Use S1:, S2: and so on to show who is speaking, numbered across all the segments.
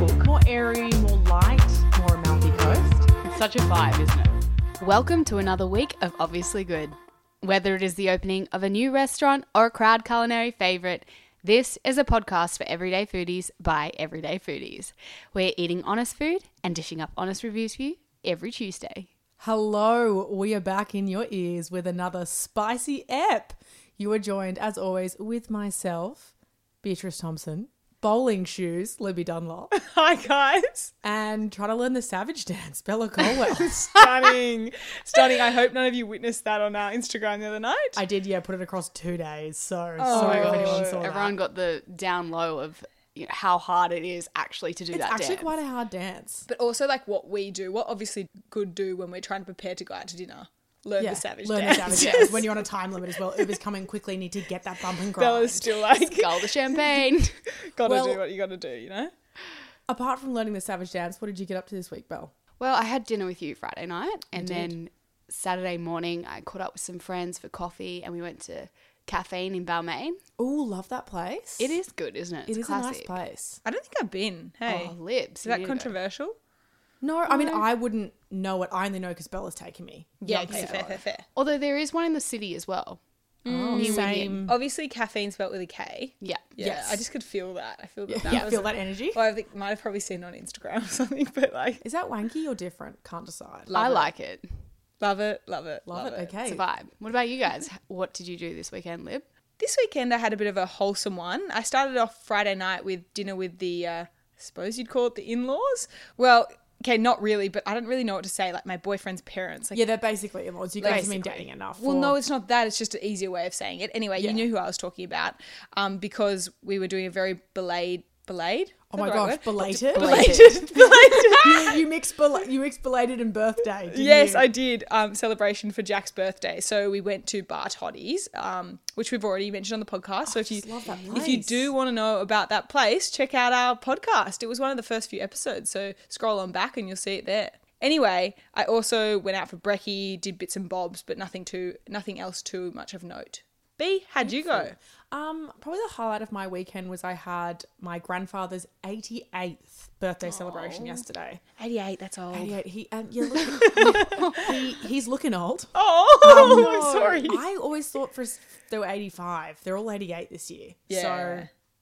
S1: Such a vibe, isn't it? Welcome to another week of Obviously Good. Whether it is the opening of a new restaurant or a crowd culinary favourite, this is a podcast for everyday foodies by everyday foodies. We're eating honest food and dishing up honest reviews for you every Tuesday.
S2: Hello, we are back in your ears with another spicy ep. You are joined, as always, with myself, Beatrice Thompson, bowling shoes, Libby Dunlop,
S3: Hi guys.
S2: and trying to learn the savage dance, Bella Colwell.
S3: Stunning. Stunning. I hope none of you witnessed that on our Instagram the other night.
S2: I did, yeah, put it across two days. So
S3: Oh
S2: sorry
S3: my
S2: if
S3: gosh.
S2: anyone saw
S1: Everyone
S2: that.
S1: got the down low of you know, how hard it is actually to do
S2: It's
S1: that
S2: actually
S1: dance.
S2: quite a hard dance.
S3: but also like what we do, what obviously good do when we're trying to prepare to go out to dinner. Learn
S2: Yeah,
S3: the savage
S2: learn
S3: dance.
S2: the savage dance when you're on a time limit as well. Uber's coming quickly, need to get that bump and grind.
S3: Bella's still like
S1: Gull the champagne.
S3: gotta
S2: Well-
S3: do what you gotta do, you know?
S2: Apart from learning the savage dance, what did you get up to this week, Belle?
S1: Well, I had dinner with you Friday night, and
S2: did.
S1: then Saturday morning I caught up with some friends for coffee, and we went to Caffeine in Balmain.
S2: Oh, love that place.
S1: It is good, isn't it? It's
S2: It is a nice
S1: classic.
S2: place.
S3: I don't think I've been. Hey.
S1: Oh, libs.
S3: Is
S1: you
S3: that
S1: need to go.
S3: controversial?
S2: No, I mean I wouldn't know it. I only know because Bella's taken me.
S3: Yeah,
S2: Love
S3: okay, fair, fair, fair.
S1: Although there is one in the city as well.
S2: Oh,
S1: New
S2: same.
S3: Obviously caffeine's spelled with a K.
S1: Yeah.
S3: Yeah.
S2: Yes.
S3: I just could feel that. I feel that that
S2: Yeah,
S3: was
S2: feel that energy.
S3: well, I think might have probably seen it on Instagram or something, but like
S2: Is that wanky or different? Can't decide.
S1: I
S3: it.
S1: like it.
S3: love it, love it,
S2: Love it. Okay.
S1: It's a vibe. What about you guys? What did you do this weekend, Lib?
S3: This weekend I had a bit of a wholesome one. I started off Friday night with dinner with the, uh, I suppose you'd call it the in-laws. Well, okay, not really, but I don't really know what to say. Like my boyfriend's parents. Like,
S2: yeah, they're basically in-laws. You guys have been
S3: Basically.
S2: dating enough.
S3: well,
S2: or-
S3: no, it's not that. It's just an easier way of saying it. Anyway,
S2: Yeah.
S3: you knew who I was talking about um, because we were doing a very belayed, belayed. Is
S2: Oh
S3: that
S2: my
S3: the right
S2: gosh,
S3: word?
S2: belated.
S3: Belated. belated.
S2: you, you mix bela- you mix belated and birthday. didn't
S3: Yes,
S2: you?
S3: I did. Um, celebration for Jack's birthday. So we went to Bar Toddy's, um, which we've already mentioned on the podcast. so if you
S2: Oh, just love that
S3: if you
S2: place.
S3: do want to know about that place, check out our podcast. It was one of the first few episodes. So scroll on back and you'll see it there. Anyway, I also went out for brekkie, did bits and bobs, but nothing too nothing else too much of note. B, how'd you go?
S2: Um, probably the highlight of my weekend was I had my grandfather's 88th birthday celebration yesterday.
S3: Eighty eight. Oh. That's old.
S2: 88. He and you look, he, he's looking old.
S3: Oh, I'm
S2: No,
S3: sorry.
S2: I always thought for they were 85. They're all 88 this year.
S3: Yeah.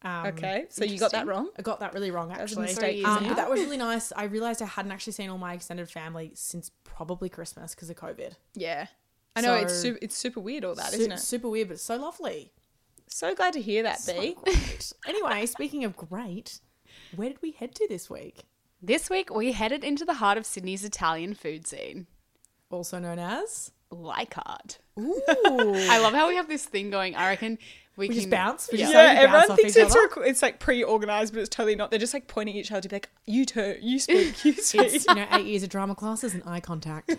S2: So, um,
S3: Okay, so you got that wrong.
S2: I got that really wrong,
S3: was a
S2: actually.
S3: mistake.
S1: Three years
S2: Um, but
S1: out.
S2: that was really nice. I realized I hadn't actually seen all my extended family since probably Christmas because of COVID.
S3: Yeah. I know it's
S2: So-
S3: super, it's super weird all that,
S2: Su-
S3: not it?
S2: Super weird, but so lovely. Oh,
S3: So glad to hear that, B.
S2: Great. anyway, speaking of great, where did we head to this week?
S1: This week we headed into the heart of Sydney's Italian food scene.
S2: Also known as.
S1: Leichhardt.
S2: Ooh.
S1: I love how we have this thing going. I reckon we, can
S2: We just bounce. We just
S3: Yeah,
S2: totally bounce
S3: everyone
S2: off
S3: thinks
S2: each
S3: it's
S2: other.
S3: rec- it's like pre-organized, but it's totally not. They're just like pointing at each other to be like, "You two, you speak, you speak."
S2: It's, you know, eight years of drama classes and eye contact.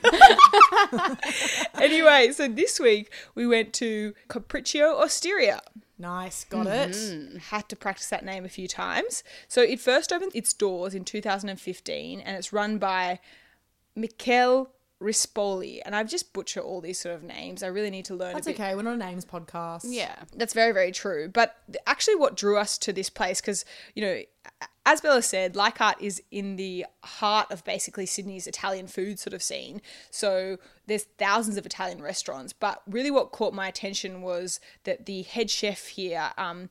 S3: anyway, so this week we went to Capriccio Osteria.
S2: nice, got it.
S3: Had to practice that name a few times. So it first opened its doors in 2015, and it's run by Michele Rispoli. And I've just butchered all these sort of names. I really need to learn.
S2: That's
S3: a bit
S2: okay. We're not a names podcast.
S1: Yeah.
S3: That's very, very true. But th- actually, what drew us to this place, because, you know, a- as Bella said, Leichhardt is in the heart of basically Sydney's Italian food sort of scene. So there's thousands of Italian restaurants. But really, what caught my attention was that the head chef here um,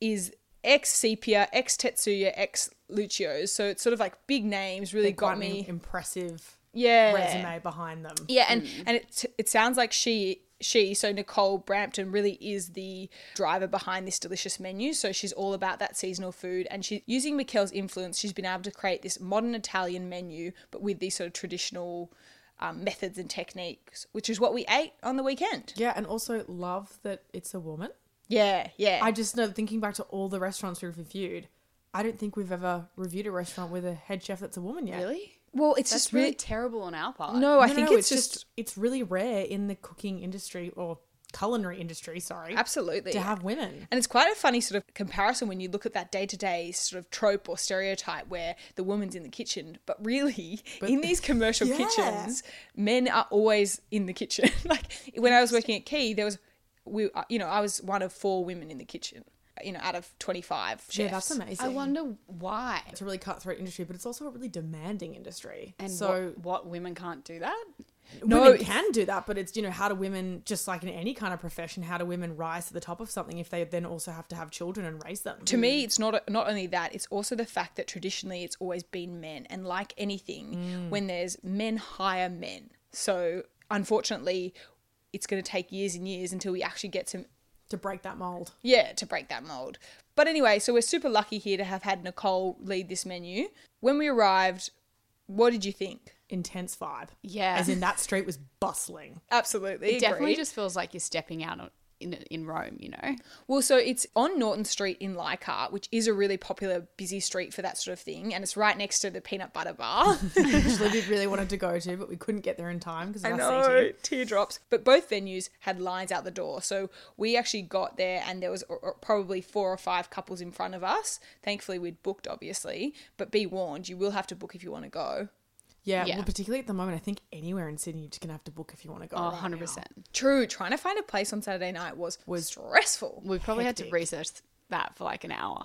S3: is ex Sepia, ex Tetsuya, ex Lucio's. So it's sort of like big names really
S2: Quite
S3: got
S2: an
S3: me.
S2: impressive
S3: Yeah.
S2: resume behind them.
S3: Yeah, and and it it sounds like she she so Nicole Brampton really is the driver behind this delicious menu. So she's all about that seasonal food, and she using Mikkel's influence, she's been able to create this modern Italian menu, but with these sort of traditional. Um, methods and techniques, which is what we ate on the weekend.
S2: Yeah, and also love that it's a woman.
S3: Yeah, yeah.
S2: I just know thinking back to all the restaurants we've reviewed, I don't think we've ever reviewed a restaurant with a head chef that's a woman yet.
S1: Really?
S3: well, it's
S1: That's
S3: just
S1: really
S3: really.
S1: terrible on our part.
S3: no, Oh, I think it's, just,
S2: it's really rare in the cooking industry or culinary industry, sorry,
S3: absolutely
S2: to have women.
S3: And it's quite a funny sort of comparison when you look at that day to day sort of trope or stereotype where the woman's in the kitchen, but really in these commercial
S2: Yeah.
S3: kitchens, men are always in the uh, kitchen. like when I was working at Key, there was we, you know, I was one of four women in the kitchen. you know, out of 25 chefs.
S2: Yeah, that's amazing.
S1: I wonder why
S2: It's a really cutthroat industry, but it's also a really demanding industry.
S1: and
S2: so
S1: what, what women can't do that.
S3: No,
S2: women
S3: it's-
S2: can do that, but it's you know how do women just like in any kind of profession, how do women rise to the top of something if they then also have to have children and raise them?
S3: to me it's not not only that it's also the fact that traditionally it's always been men and like anything
S2: Mm.
S3: when there's men hire men so unfortunately it's going to take years and years until we actually get some
S2: to break that mold.
S3: yeah to break that mold but anyway so we're super lucky here to have had nicole lead this menu when we arrived what did you think
S2: Intense vibe.
S1: Yeah.
S2: As in that street was bustling.
S3: absolutely
S1: It definitely
S3: agree.
S1: just feels like you're stepping out on, in in Rome, you know.
S3: Well, so it's on Norton Street in Leichhardt, which is a really popular, busy street for that sort of thing. And it's right next to the peanut butter bar.
S2: Actually, we really wanted to go to, but we couldn't get there in time because of
S3: I
S2: our
S3: know,
S2: seating.
S3: teardrops. But both venues had lines out the door. So we actually got there and there was o- o- probably four or five couples in front of us. Thankfully, we'd booked, obviously. But be warned, you will have to book if you want to go.
S2: Yeah,
S1: Yeah.
S2: Well, particularly at the moment, I think anywhere in Sydney you're just gonna have to book if you want to go.
S1: Oh,
S2: right
S1: 100
S2: now.
S1: percent.
S3: True, trying to find a place on Saturday night was, was stressful.
S1: We probably had
S2: Hectic.
S1: to research that for like an hour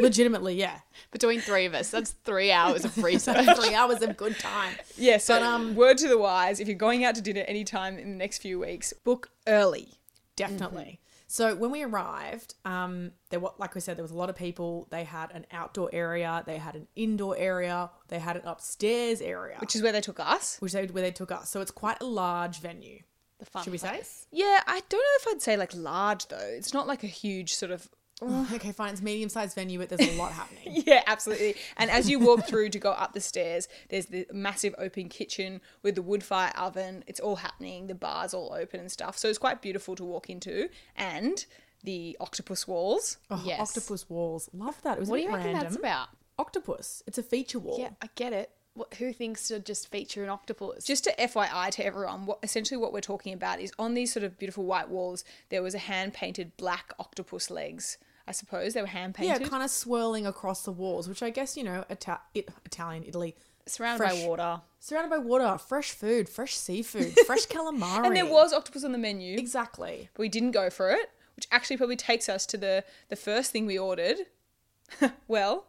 S2: Legitimately, yeah.
S1: between three of us. That's three hours of research.
S2: Three hours of good time.
S3: Yeah, so word to the wise, if you're going out to dinner anytime in the next few weeks, book early.
S2: Definitely.
S1: Mm-hmm.
S2: So when we arrived, um, there were like we said, there was a lot of people. They had an outdoor area, they had an indoor area, they had an upstairs area,
S3: Which is where they took us.
S2: which they where they took us. So it's quite a large venue.
S1: The fun
S2: Should we say?
S3: Yeah, I don't know if I'd say like large though. It's not like a huge sort of
S2: okay, fine. It's medium sized venue, but there's a lot happening.
S3: Yeah, absolutely. And as you walk through to go up the stairs, there's the massive open kitchen with the wood fire oven. It's all happening. The bar's all open and stuff. So it's quite beautiful to walk into. And the octopus walls.
S2: Oh,
S1: Yes.
S2: Octopus walls. Love that. It was
S1: What do
S2: a bit
S1: you reckon
S2: random.
S1: that's about?
S2: Octopus. It's a feature wall.
S1: Yeah, I get it. What, who thinks to just feature an octopus?
S3: Just to FYI to everyone, what essentially what we're talking about is on these sort of beautiful white walls, there was a hand painted black octopus legs. I suppose they were hand
S2: Yeah,
S3: painted.
S2: kind of swirling across the walls, which I guess, you know, Ita- it, Italian, Italy,
S1: surrounded
S2: fresh-
S1: by water.
S2: surrounded by water, fresh food, fresh seafood, fresh calamari.
S3: and there was octopus on the menu,
S2: Exactly.
S3: but we didn't go for it, which actually probably takes us to the the first thing we ordered. well,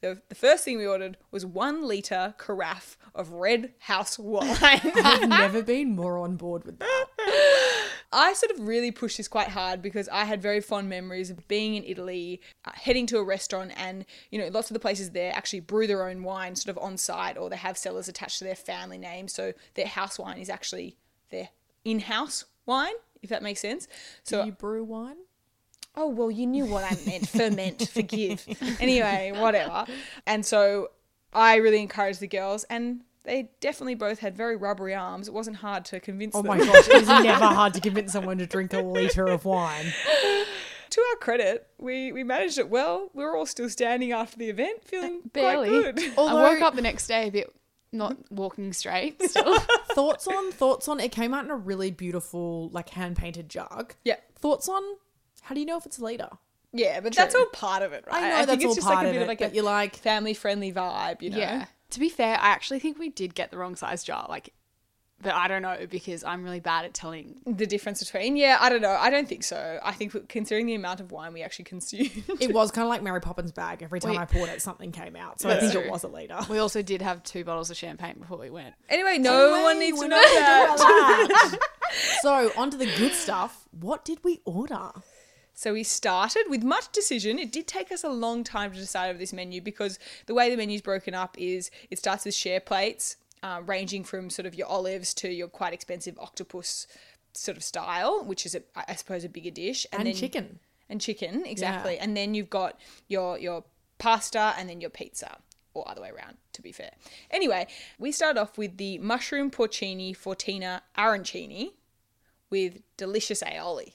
S3: the, the first thing we ordered was one liter carafe of red house wine.
S2: I've never been more on board with that.
S3: I sort of really pushed this quite hard because I had very fond memories of being in Italy, uh, heading to a restaurant, and you know, lots of the places there actually brew their own wine sort of on site, or they have cellars attached to their family name, so their house wine is actually their in-house wine, if that makes sense. So
S2: Do you brew wine?
S3: Oh, well, you knew what I meant. Ferment, forgive. Anyway, whatever. And so I really encouraged the girls, and they definitely both had very rubbery arms. It wasn't hard to convince
S2: Oh
S3: them.
S2: my gosh, it's never hard to convince someone to drink a liter of wine.
S3: To our credit, we, we managed it well. We were all still standing after the event, feeling
S1: Uh, Barely.
S3: quite good.
S1: I woke up the next day a bit not walking straight. Still,
S2: Thoughts on thoughts on it came out in a really beautiful like hand painted jug.
S3: Yeah.
S2: Thoughts on how do you know if it's a liter?
S3: Yeah, but that's all part of it, right?
S2: I know
S3: think
S2: that's
S3: it's
S2: all
S3: just
S2: part
S3: like a
S2: of
S3: bit
S2: it,
S3: of like
S2: but
S3: a
S2: you're like
S3: family friendly vibe, you know?
S1: yeah. To be fair, I actually think we did get the wrong size jar. Like, but I don't know because I'm really bad at telling
S3: The difference between, yeah, I don't know. I don't think so. I think considering the amount of wine we actually consumed,
S2: it was kind of like Mary Poppins bag. Every time
S1: Wait.
S2: I poured it, something came out. So I
S1: That's
S2: think
S1: true.
S2: it was a liter.
S1: We also did have two bottles of champagne before we went.
S3: Anyway, no one
S2: Hey,
S3: needs to
S2: we're
S3: know
S2: not gonna
S3: that.
S2: do all that. so on to the good stuff. What did we order?
S3: So we started with much decision. It did take us a long time to decide over this menu because the way the menu's broken up is it starts with share plates, uh, ranging from sort of your olives to your quite expensive octopus sort of style, which is, a, I I suppose, a bigger dish,
S2: And chicken.
S3: and chicken exactly. And then you've got your your pasta and then your pizza. Or other way around, to be fair. Anyway, we start off with the mushroom porcini fortina arancini with delicious aioli.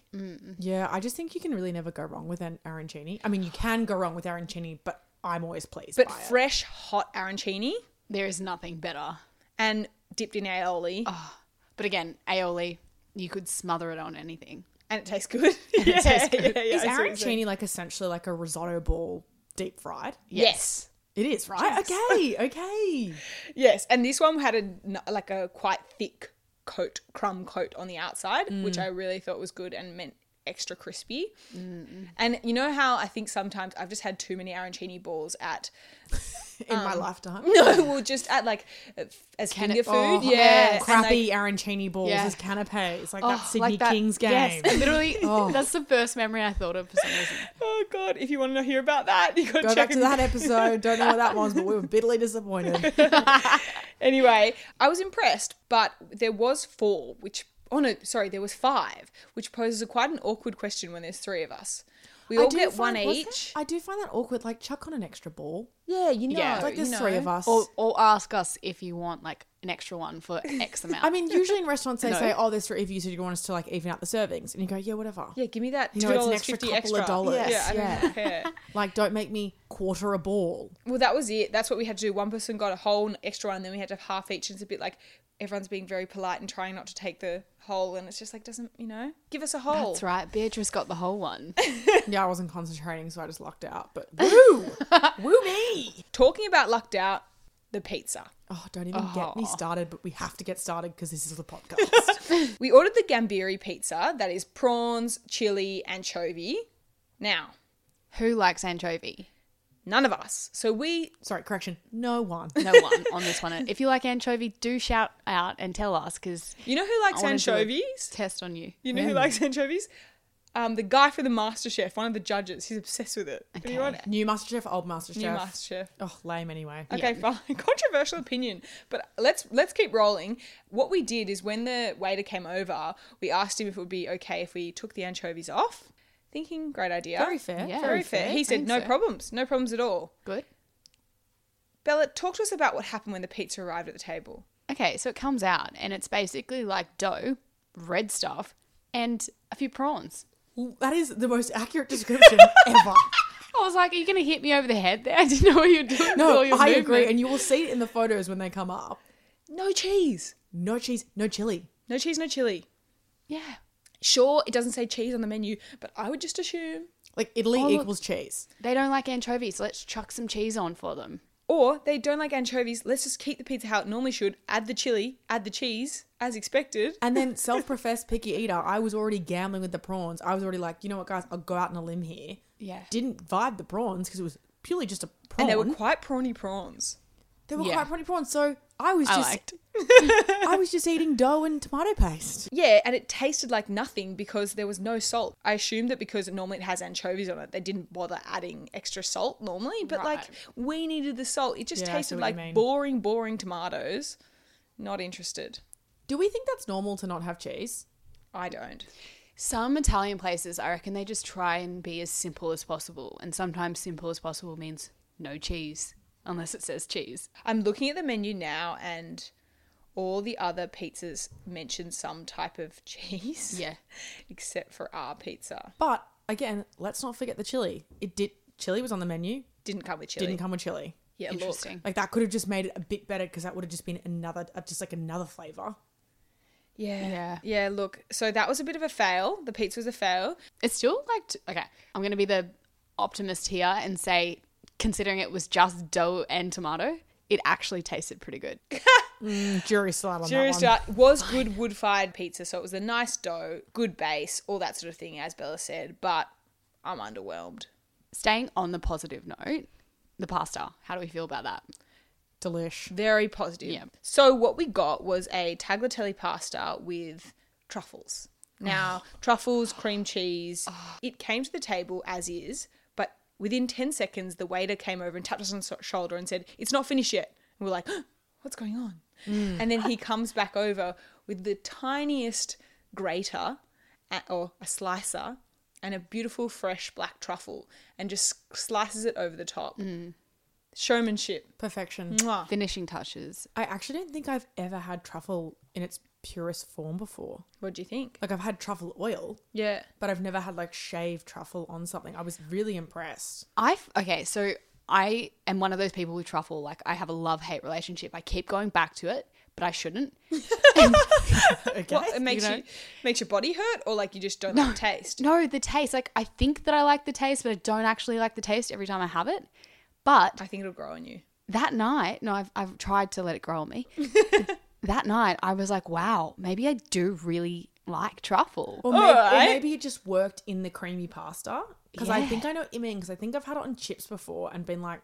S2: Yeah, I just think you can really never go wrong with an arancini. I mean, you can go wrong with arancini, but I'm always pleased.
S3: but
S2: by it.
S3: fresh hot arancini
S1: There is nothing better.
S3: and dipped in aioli
S1: But again, aioli, you could smother it on anything.
S3: and it tastes good. yeah, yeah, yeah,
S2: is
S3: I see what you're saying.
S2: arancini like essentially like a risotto ball deep fried?
S3: Yes.
S2: It is, right? Okay, okay.
S3: yes, And this one had a n- like a quite thick coat, crumb coat on the outside, which I really thought was good and meant extra crispy. And you know how I think sometimes I've just had too many arancini balls at
S2: in my lifetime.
S3: no, well, just at like uh, as finger food,
S1: oh,
S3: yeah,
S1: yeah,
S3: and, like,
S2: Crappy arancini balls
S1: Yeah.
S2: as canapes, like
S1: Oh,
S2: that Sydney
S1: like that-
S2: Kings game.
S1: Yes, I literally, that's the first memory I thought of for some reason.
S3: oh god, if you want to hear about that, you got
S2: Go back
S3: to check
S2: to
S3: and-
S2: that episode. Don't know what that was, but we were bitterly disappointed.
S3: anyway, I was impressed, but there was four, which oh no, sorry, there was five, which poses a quite an awkward question when there's three of us. We all
S2: do
S3: get one
S2: find- was that-
S3: each.
S2: I do find that awkward. Like chuck on an extra ball.
S3: Yeah, you know.
S2: like there's
S3: you
S2: three
S3: know.
S2: of us.
S1: Or, or ask us if you want like an extra one for X amount.
S2: I mean, usually in restaurants they
S1: No.
S2: say, "Oh, there's three of you, so do you want us to like even out the servings?" And you go, "Yeah, whatever."
S3: Yeah, give me that
S2: You
S3: two
S2: know, it's an
S3: dollars
S2: extra
S3: fifty
S2: couple
S3: extra.
S2: of dollars.
S3: Yeah, I
S2: Yes.
S3: don't care.
S2: Like, don't make me quarter a ball.
S3: Well, that was it. That's what we had to do. One person got a whole and extra one, and then we had to have half each. And it's a bit like everyone's being very polite and trying not to take the whole, and it's just like doesn't you know give us a whole.
S1: that's right. Beatrice got the whole one.
S2: yeah, I wasn't concentrating, so I just lucked out. But woo, woo me.
S3: Talking about lucked out, the pizza.
S2: Oh, don't even get me
S1: Oh.
S2: started. But we have to get started because this is the podcast.
S3: We ordered the Gambiri pizza that is prawns, chili, anchovy. Now,
S1: Who likes anchovy?
S3: none of us. So we,
S2: Sorry, correction. No one.
S1: No one on this one. If you like anchovy, do shout out and tell us because
S3: you know who likes
S1: wanna do it.
S3: anchovies?
S1: test on you.
S3: You know who likes anchovies? Um, the guy for the Master Chef, one of the judges, he's obsessed with it.
S1: Okay.
S3: Anyone?
S2: New MasterChef, old MasterChef.
S3: New Master Chef.
S2: Oh, lame anyway.
S3: Okay, fine. Controversial opinion, but let's let's keep rolling. What we did is when the waiter came over, we asked him if it would be okay if we took the anchovies off. Thinking, great idea.
S2: Very fair.
S1: Yeah.
S3: Very fair. He said,
S1: Thanks,
S3: no
S1: sir."
S3: problems. No problems at all.
S1: Good.
S3: Bella, talk to us about what happened when the pizza arrived at the table.
S1: Okay, so it comes out and it's basically like dough, red stuff, and a few prawns.
S2: That is the most accurate description ever.
S1: I was like, "Are you going to hit me over the head there?" I didn't know what you were doing. with
S2: No,
S1: all
S2: I
S1: your
S2: agree.
S1: movement.
S2: And you will see it in the photos when they come up.
S3: No cheese.
S2: No cheese, no chili.
S3: No cheese, no chili.
S1: yeah,
S3: Sure, it doesn't say cheese on the menu, but I would just assume.
S2: Like Italy
S1: Oh, look.
S2: equals cheese.
S1: they don't like anchovies. Let's chuck some cheese on for them.
S3: Or they don't like anchovies. Let's just keep the pizza how it normally should. Add the chili, add the cheese, as expected.
S2: And then self-professed picky eater, I was already gambling with the prawns. I was already like, you know what, guys, I'll go out on a limb here.
S1: Yeah.
S2: Didn't vibe the prawns because it was purely just a prawn.
S3: And they were quite prawny prawns.
S2: They were
S1: Yeah.
S2: quite pretty prawns. So I was
S1: I
S2: just,
S1: liked.
S2: I was just eating dough and tomato paste.
S3: Yeah, and it tasted like nothing because there was no salt. I assumed that because normally it has anchovies on it, they didn't bother adding extra salt normally. But like
S1: Right.
S3: we needed the salt. It just
S2: Yeah, I see
S3: tasted
S2: what you
S3: like
S2: mean.
S3: boring, boring tomatoes. Not interested.
S2: Do we think that's normal to not have cheese?
S3: I don't.
S1: Some Italian places, I reckon, they just try and be as simple as possible, and sometimes simple as possible means no cheese, unless it says cheese.
S3: I'm looking at the menu now and all the other pizzas mention some type of cheese.
S1: Yeah.
S3: Except for our pizza.
S2: But again, let's not forget the chili. It did. Chili was on the menu.
S3: Didn't come with chili.
S2: Didn't come with chili.
S3: yeah, look.
S1: Interesting.
S2: Like that could have just made it a bit better because that would have just been another, uh, just like another flavor.
S3: Yeah.
S1: Yeah.
S3: Yeah, look. So that was a bit of a fail. The pizza was a fail.
S1: It's still like t- okay. I'm gonna be the optimist here and say, considering it was just dough and tomato, it actually tasted pretty good.
S2: Jury still out on that
S3: Jury
S2: one.
S3: start was good wood fired pizza, so it was a nice dough, good base, all that sort of thing, as Bella said, but I'm underwhelmed.
S1: Staying on the positive note, the pasta. How do we feel about that?
S2: Delish.
S3: Very positive.
S1: Yeah.
S3: So what we got was a tagliatelle pasta with truffles. Now, truffles, cream cheese. It came to the table as is, but within 10 seconds, the waiter came over and tapped us on the shoulder and said, It's not finished yet. And we're like, What's going on? And then he comes back over with the tiniest grater a- or a slicer and a beautiful, fresh black truffle and just slices it over the top. Showmanship.
S2: Perfection.
S3: Mwah.
S1: Finishing touches.
S2: I actually don't think I've ever had truffle in its purest form before.
S3: What do you think?
S2: Like I've had truffle oil,
S3: Yeah.
S2: but I've never had like shaved truffle on something. I was really impressed.
S1: I f- okay, so I am one of those people with truffle. Like I have a love hate relationship. I keep going back to it, but I shouldn't.
S2: Okay.
S3: What it makes you,
S1: know?
S3: makes your body hurt, or like you just don't like taste.
S1: No, the taste. Like I think that I like the taste, but I don't actually like the taste every time I have it. But
S3: I think it'll grow on you.
S1: that night, no, I've, I've tried to let it grow on me. that night, I was like, wow, maybe I do really like truffle.
S2: Or maybe, or
S3: Alright.
S2: maybe it just worked in the creamy pasta. Because I
S1: Yeah.
S2: think I know what you mean. Because I think I've had it on chips before and been like,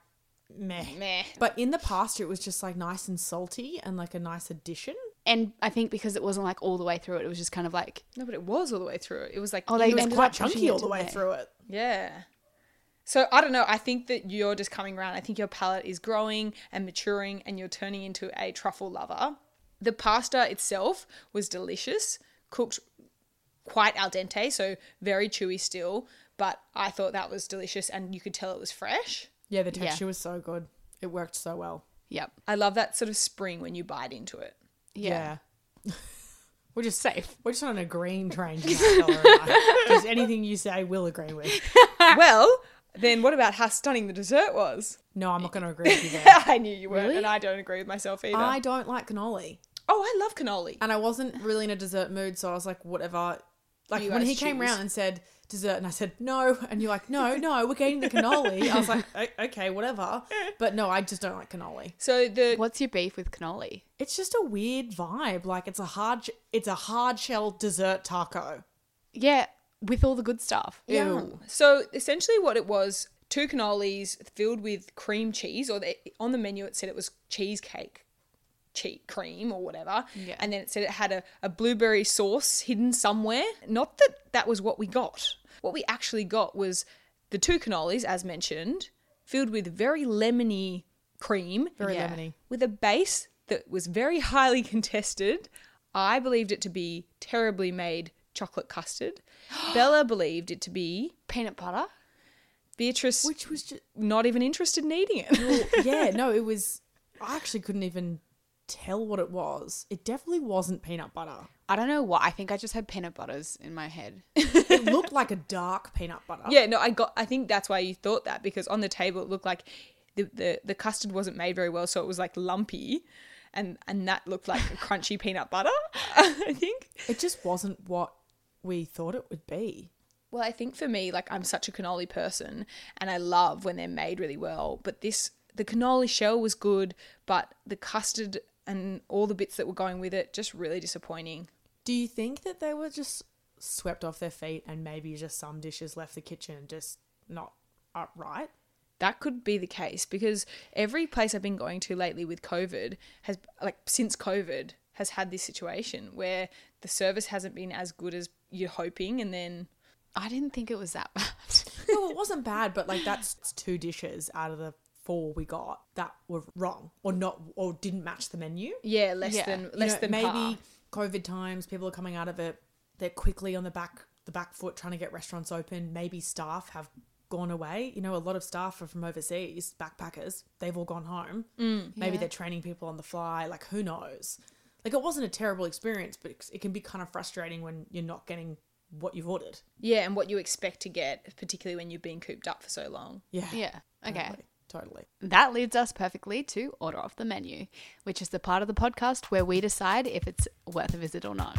S2: meh.
S3: Meh.
S2: But in the pasta, it was just like nice and salty and like a nice addition.
S1: And I think because it wasn't like all the way through it, it was just kind of like
S3: No, but it was all the way through. It was like
S1: Oh, they-
S2: It was
S1: ended
S2: quite
S1: up pushing
S2: chunky
S1: it
S2: all the
S1: to
S2: way
S1: there.
S2: through it.
S3: Yeah. So I don't know. I think that you're just coming around. I think your palate is growing and maturing and you're turning into a truffle lover. The pasta itself was delicious, cooked quite al dente, so very chewy still, but I thought that was delicious and you could tell it was fresh.
S2: Yeah, the
S1: Yeah.
S2: texture was so good. It worked so well.
S1: yep.
S3: I love that sort of spring when you bite into it.
S1: Yeah.
S2: We're just safe. We're just on a green train. tonight, Bella and I. just anything you say, we'll agree with.
S3: well, then what about how stunning the dessert was?
S2: No, I'm not going to agree with you there.
S3: I knew you weren't,
S1: Really?
S3: and I don't agree with myself either.
S2: I don't like cannoli.
S3: oh, I love cannoli.
S2: And I wasn't really in a dessert mood, so I was like, whatever. Like
S3: You
S2: when
S3: guys
S2: he came
S3: choose.
S2: round and said dessert, and I said no, and you're like, no, no, we're getting the cannoli. I was like, "O- okay, whatever. But no, I just don't like cannoli.
S3: So the
S1: What's your beef with cannoli?
S2: It's just a weird vibe. Like it's a hard, it's a hard shell dessert taco.
S1: Yeah, with all the good stuff.
S2: Ew.
S3: So essentially, what it was two cannolis filled with cream cheese, or they, on the menu it said it was cheesecake cheese cream or whatever.
S1: Yeah.
S3: And then it said it had a, a blueberry sauce hidden somewhere. Not that that was what we got. What we actually got was the two cannolis, as mentioned, filled with very lemony cream.
S2: Very
S1: Yeah.
S2: lemony.
S3: With a base that was very highly contested. I believed it to be terribly made chocolate custard. Bella believed it to be
S1: Peanut butter?
S3: Beatrice
S2: Which was just,
S3: not even interested in eating it.
S2: yeah, no, it was. I actually couldn't even tell what it was. It definitely wasn't peanut butter.
S1: I don't know why. I think I just had peanut butters in my head.
S2: It looked like a dark peanut butter.
S3: yeah, no, I got I think that's why you thought that because on the table it looked like the the, the custard wasn't made very well, so it was like lumpy and and that looked like a crunchy peanut butter, I think.
S2: It just wasn't what we thought it would be.
S3: Well, I think for me, like I'm such a cannoli person and I love when they're made really well, but this the cannoli shell was good, but the custard and all the bits that were going with it just really disappointing.
S2: Do you think that they were just swept off their feet and maybe just some dishes left the kitchen and just not upright?
S3: that could be the case because every place I've been going to lately with COVID has, like, since COVID has had this situation where the service hasn't been as good as you're hoping, and then
S1: I didn't think it was that bad.
S2: No, it wasn't bad, but like that's two dishes out of the four we got that were wrong or not or didn't match the menu.
S3: yeah, less
S1: Yeah.
S3: than
S1: You
S3: less
S2: know,
S3: than
S2: maybe
S3: par.
S2: COVID times, people are coming out of it. They're quickly on the back the back foot trying to get restaurants open. Maybe staff have gone away. You know, a lot of staff are from overseas, backpackers. They've all gone home. Maybe
S1: Yeah.
S2: they're training people on the fly. Like who knows? Like it wasn't a terrible experience, but it's- it can be kind of frustrating when you're not getting what you've ordered.
S3: Yeah, and what you expect to get, particularly when you've been cooped up for so long.
S2: Yeah.
S1: yeah. Okay.
S2: Totally. Totally.
S1: That leads us perfectly to order off the menu, which is the part of the podcast where we decide if it's worth a visit or not.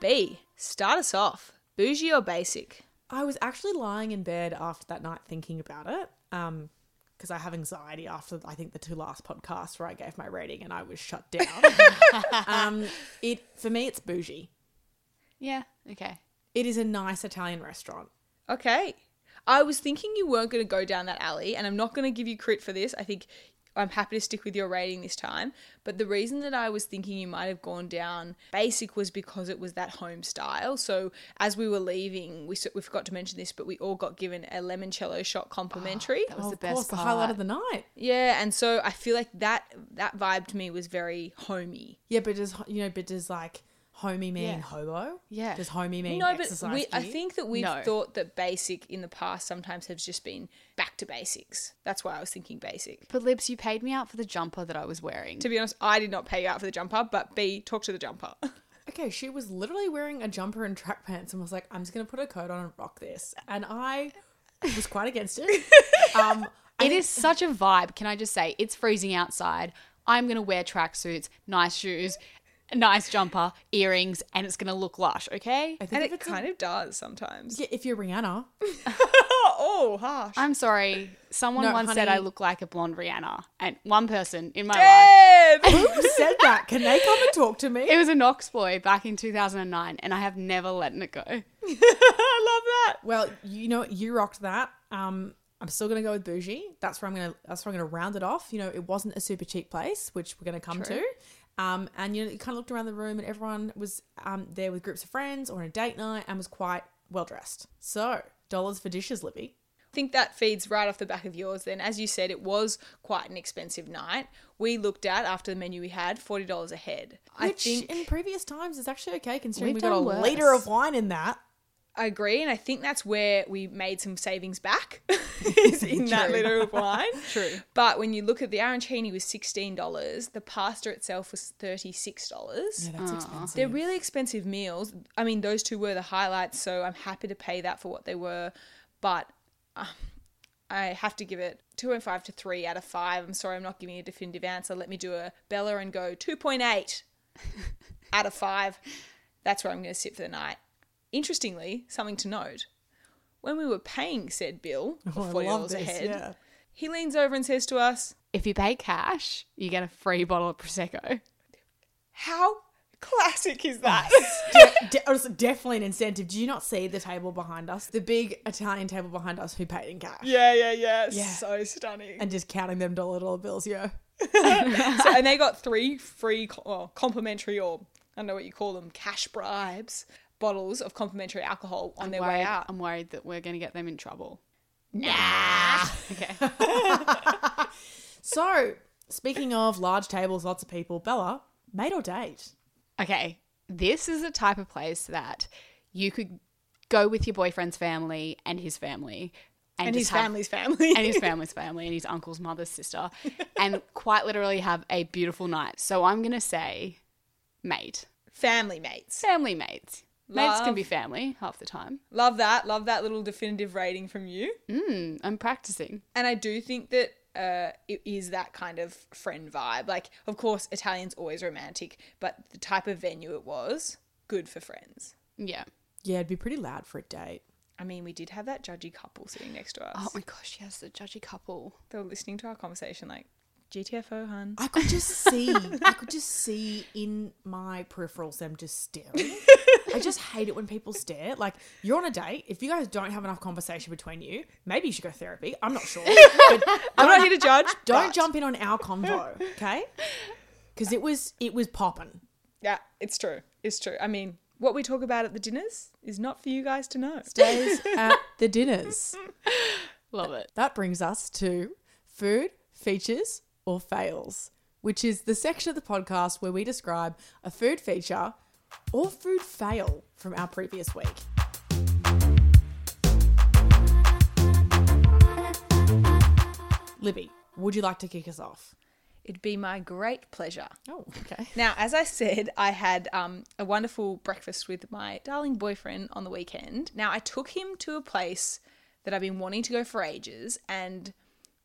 S3: B. Start us off. Bougie or basic?
S2: I was actually lying in bed after that night thinking about it. Um, because I have anxiety after I think the two last podcasts where I gave my rating and I was shut down. um, it for me it's bougie.
S1: Yeah. Okay.
S2: It is a nice Italian restaurant.
S3: Okay. I was thinking you weren't going to go down that alley, and I'm not going to give you crit for this. I think I'm happy to stick with your rating this time. But the reason that I was thinking you might have gone down basic was because it was that home style. So as we were leaving, we, s- we forgot to mention this, but we all got given a limoncello shot complimentary.
S1: That was Oh, the
S2: of course,
S1: best
S2: the
S1: part.
S2: highlight of the night.
S3: yeah, and so I feel like that that vibe to me was very homey.
S2: Yeah, but does you know, but does like homey mean
S1: Yeah.
S2: hobo?
S1: Yeah.
S2: Does homey mean
S3: No, but
S2: exercise?
S3: we, I
S2: gear?
S3: think that we've
S1: No.
S3: thought that basic in the past sometimes has just been back to basics. That's why I was thinking basic.
S1: But Libs, you paid me out for the jumper that I was wearing.
S3: To be honest, I did not pay you out for the jumper, but B, talk to the jumper.
S2: Okay, she was literally wearing a jumper and track pants and was like, I'm just going to put a coat on and rock this. And I was quite against it. Um, I
S1: It
S2: think-
S1: is such a vibe. Can I just say, it's freezing outside. I'm going to wear tracksuits, nice shoes, nice jumper, earrings, and it's going to look lush, okay?
S2: I think
S3: And
S2: if
S3: it
S2: it's a-
S3: kind of does sometimes.
S2: yeah, if you're Rihanna,
S3: Oh, harsh.
S1: I'm sorry. Someone
S2: No,
S1: once said I
S2: honey.
S1: look like a blonde Rihanna, and one person in my life.
S3: Dead.
S2: who said that? Can they come and talk to me?
S1: It was a Knox boy back in 2009, and I have never letting it go.
S3: I love that.
S2: Well, you know, you rocked that. Um, I'm still gonna go with bougie. That's where I'm gonna. That's where I'm gonna round it off. You know, it wasn't a super cheap place, which we're gonna come to. Um, and you know, you kind of looked around the room, and everyone was um there with groups of friends or on a date night, and was quite well dressed. So dollars for dishes, Libby.
S3: I think that feeds right off the back of yours then. As you said, it was quite an expensive night. We looked at, after the menu we had, $40 a head. I
S2: Which
S3: think
S2: in previous times is actually okay, considering
S1: We've
S2: we got a
S1: done worse.
S2: liter of wine in that.
S3: I agree, and I think that's where we made some savings back is in that
S1: True.
S3: liter of wine.
S1: True.
S3: But when you look at the arancini was sixteen dollars, the pasta itself was thirty six dollars.
S2: Yeah, that's expensive.
S3: They're really expensive meals. I mean, those two were the highlights, so I'm happy to pay that for what they were. But um, I have to give it 2.5 to 3 out of 5. I'm sorry, I'm not giving a definitive answer. Let me do a Bella and go 2.8 out of 5. That's where I'm going to sit for the night. Interestingly, something to note when we were paying said bill of
S2: Oh, I
S3: $40
S2: love
S3: a
S2: this,
S3: head,
S2: yeah.
S3: he leans over and says to us,
S1: If you pay cash, you get a free bottle of Prosecco.
S3: How classic is that?
S2: de- de- it was definitely an incentive. Do you not see the table behind us? The big Italian table behind us who paid in cash.
S3: yeah, yeah, yeah,
S2: Yeah.
S3: So stunning.
S2: And just counting them dollar dollar bills, yeah.
S3: so, and they got three free, well, complimentary or I don't know what you call them, cash bribes bottles of complimentary alcohol on their way
S1: Worried-
S3: out.
S1: I'm worried that we're going to get them in trouble.
S2: So, speaking of large tables, lots of people, Bella, mate or date?
S1: Okay, this is the type of place that you could go with your boyfriend's family and his family.
S3: And his
S1: just have-
S3: family's family.
S1: and his family's family and his uncle's mother's sister and quite literally have a beautiful night. So I'm going to say mate.
S3: family mates.
S1: Family mates. Mates can
S3: Love.
S1: be family half the time.
S3: Love that. Love that little definitive rating from you.
S1: Mm, I'm practicing.
S3: And I do think that uh, it is that kind of friend vibe. Like, of course, Italian's always romantic, but the type of venue it was, good for friends.
S1: Yeah.
S2: Yeah, it'd be pretty loud for a date.
S3: I mean, we did have that judgy couple sitting next to us.
S1: Oh my gosh, yes, the judgy couple.
S3: They were listening to our conversation, like, GTFO, hun.
S2: I could just see, I could just see in my peripherals them just staring. I just hate it when people stare. Like, you're on a date. If you guys don't have enough conversation between you, maybe you should go therapy. I'm not sure. But
S3: I'm not here to judge.
S2: don't
S3: but-
S2: jump in on our convo, okay? Because it was it was popping.
S3: Yeah, it's true. It's true. I mean, what we talk about at the dinners is not for you guys to know.
S2: Days at the dinners.
S1: Love it.
S2: That brings us to food, features, or fails, which is the section of the podcast where we describe a food feature or food fail from our previous week. Libby, would you like to kick us off?
S3: It'd be my great pleasure.
S2: Oh, okay.
S3: Now, as I said, I had um, a wonderful breakfast with my darling boyfriend on the weekend. Now, I took him to a place that I've been wanting to go for ages, and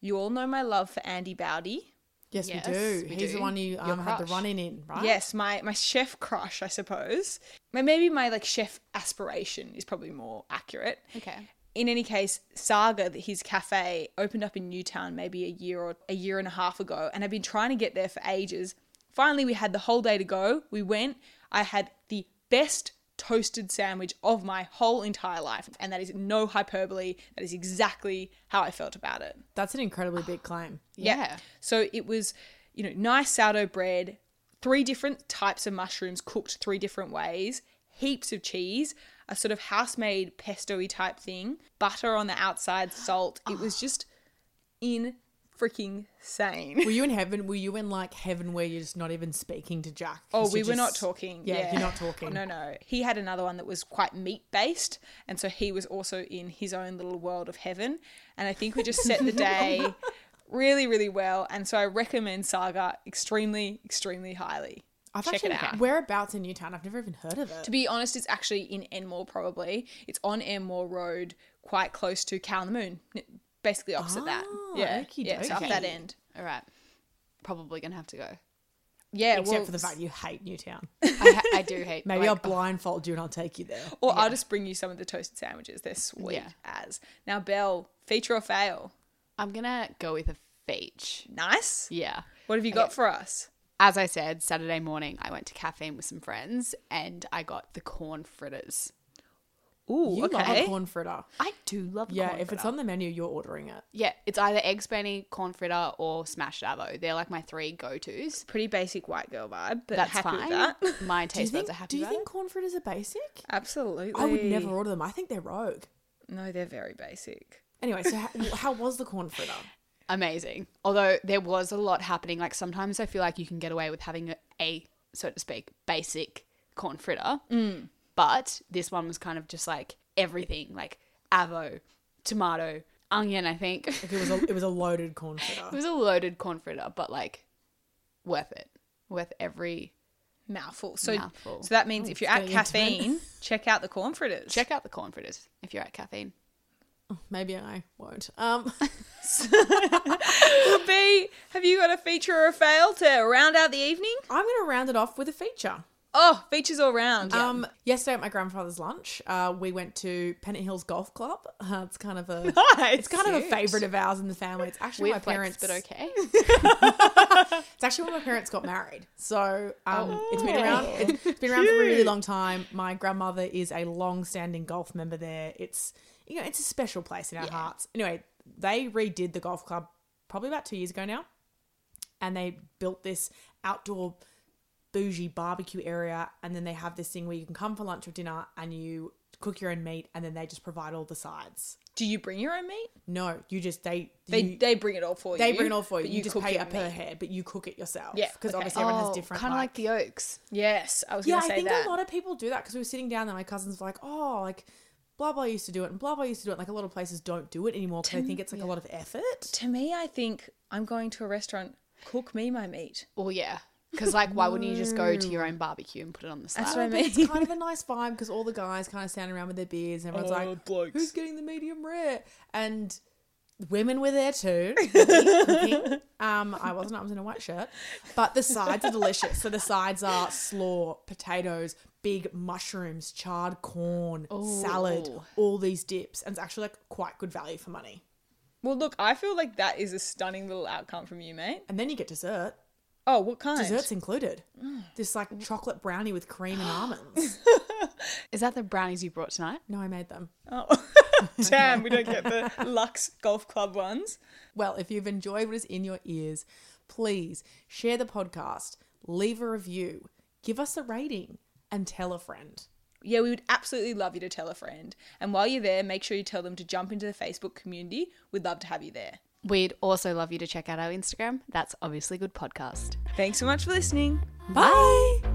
S3: you all know my love for Andy Bowdy.
S2: Yes,
S1: Yes,
S2: we do.
S1: we
S2: He's
S1: do.
S2: the one you
S1: Your
S2: um, had the
S1: crush.
S2: run-in in, right?
S3: Yes, my my chef crush, I suppose. My, maybe my like chef aspiration is probably more accurate.
S1: Okay.
S3: in any case, Saga, that his cafe opened up in Newtown maybe a year or a year and a half ago, and I've been trying to get there for ages. Finally, we had the whole day to go. We went. I had the best toasted sandwich of my whole entire life, and that is no hyperbole. That is exactly how I felt about it.
S2: That's an incredibly big claim.
S3: Yeah.
S1: Yeah.
S3: So it was, you know, nice sourdough bread, three different types of mushrooms cooked three different ways, heaps of cheese, a sort of house-made pesto-y type thing, butter on the outside, salt. It was just in freaking sane.
S2: Were you in heaven? Were you in like heaven where you're just not even speaking to Jack?
S3: Oh,
S2: 'cause
S3: we
S2: you're
S3: were not
S2: just-
S3: talking.
S2: Yeah, you're not talking.
S3: No, no. He had another one that was quite meat based. And so he was also in his own little world of heaven. And I think we just set the day really, really well. And so I recommend Saga extremely, extremely highly.
S2: I've
S3: Check
S2: actually,
S3: it out.
S2: Whereabouts in Newtown? I've never even heard of it.
S3: To be honest, it's actually in Enmore, probably. It's on Enmore Road, quite close to Cow on the Moon, n- basically opposite that.
S2: Ah,
S3: Yeah,
S2: okie
S3: yeah, it's up
S2: dokie.
S3: that end.
S1: All right. Probably going to have to go.
S3: Yeah,
S2: Except
S3: well,
S2: for the fact you hate Newtown.
S1: I, ha- I do hate.
S2: Maybe
S1: like, oh.
S2: I'll blindfold you and I'll take you there.
S3: Or I'll just bring you some of the toasted sandwiches. They're sweet
S1: Yeah.
S3: as. Now, Belle, feature or fail?
S1: I'm gonna go with a feach.
S3: Nice.
S1: Yeah.
S3: What have you got for us?
S1: As I said, Saturday morning I went to caffeine with some friends and I got the corn fritters.
S3: Ooh,
S2: You love a corn fritter.
S1: I do love
S2: Yeah,
S1: corn
S2: if it's
S1: fritter.
S2: on the menu, you're ordering it.
S1: yeah, it's either egg spanny, corn fritter, or smashed avo. They're like my three go tos.
S3: Pretty basic white girl vibe, but
S1: That's
S3: happy
S1: fine.
S3: with that.
S1: My
S2: Do you
S1: taste buds
S2: think,
S1: are happy.
S2: do you
S1: about
S2: think
S1: it.
S2: corn fritters are basic?
S3: Absolutely.
S2: I would never order them. I think they're rogue.
S3: No, they're very basic.
S2: Anyway, so how, how was the corn fritter?
S1: amazing? Although there was a lot happening. Like sometimes I feel like you can get away with having a, a so to speak basic corn fritter,
S2: Mm.
S1: but this one was kind of just like everything, like avo, tomato, onion. I think it
S2: Like it was a, it was a loaded corn fritter.
S1: was a loaded corn fritter, but like worth it, worth every
S3: Mouthful. So,
S1: Mouthful.
S3: so that means if you're at
S2: getting Oh, intense.
S3: caffeine, check out the corn fritters.
S1: Check out the corn fritters if you're at caffeine.
S2: Maybe I won't. Um,
S3: B, have you got a feature or a fail to round out the evening?
S2: I'm going to round it off with a feature.
S3: Oh, features all round.
S2: Um, yesterday at my grandfather's lunch, uh, we went to Pennant Hills Golf Club. Uh, it's kind of a
S3: Nice.
S2: it's kind of a favorite of ours in the family. It's actually
S1: We're
S2: my parents.
S1: but okay.
S2: It's actually when my parents got married. So um, it's been around. It's, it's been around for a really long time. My grandmother is a long-standing golf member there. It's you know it's a special place in our hearts. Anyway, they redid the golf club probably about two years ago now, and they built this outdoor bougie barbecue area and then they have this thing where you can come for lunch or dinner and you cook your own meat and then they just provide all the sides
S3: Do you bring your own meat?
S2: no you just they
S3: They
S2: you-
S3: they bring it all for
S2: they
S3: you.
S2: bring it all for you
S3: but
S2: you, just pay
S3: your
S2: it per
S3: meat.
S2: head but you cook it yourself
S3: Yeah,
S2: because
S3: okay. Oh,
S2: obviously everyone has different
S1: kind of Oh, like the oaks.
S3: Yes, I was
S2: yeah
S3: going to
S2: i
S3: say
S2: think
S3: that.
S2: a lot of people do that because we were sitting down and my cousins were like oh like blah blah used to do it and blah blah used to do it like a lot of places don't do it anymore because they think it's like a lot of effort
S3: to me, I think I'm going to a restaurant. Cook me my meat.
S1: Well, yeah, because like, why wouldn't you just go to your
S2: Mm.
S1: own barbecue and put it on the
S3: That's
S1: slab?
S3: what I mean.
S2: it's kind of a nice vibe because all the guys kind of standing around with their beers and everyone's
S3: Oh,
S2: like, who's getting the medium rare? And women were there too. cooking. um, I wasn't, I was in a white shirt. But the sides are delicious. So the sides are slaw, potatoes, big mushrooms, charred corn, salad,
S1: Ooh.
S2: all these dips. And it's actually like quite good value for money.
S3: Well, look, I feel like that is a stunning little outcome from you, mate.
S2: And then you get dessert.
S3: Oh, what kind?
S2: Dessert's included.
S3: Mm.
S2: This like chocolate brownie with cream and almonds.
S1: Is that the brownies you brought tonight?
S2: No, I made them.
S3: Oh, damn, we don't get the Lux Golf Club ones.
S2: Well, if you've enjoyed what is in your ears, please share the podcast, leave a review, give us a rating, and tell a friend.
S3: Yeah, we would absolutely love you to tell a friend. And while you're there, make sure you tell them to jump into the Facebook community. We'd love to have you there.
S1: We'd also love you to check out our Instagram. That's obviously good podcast.
S3: Thanks so much for listening.
S2: Bye.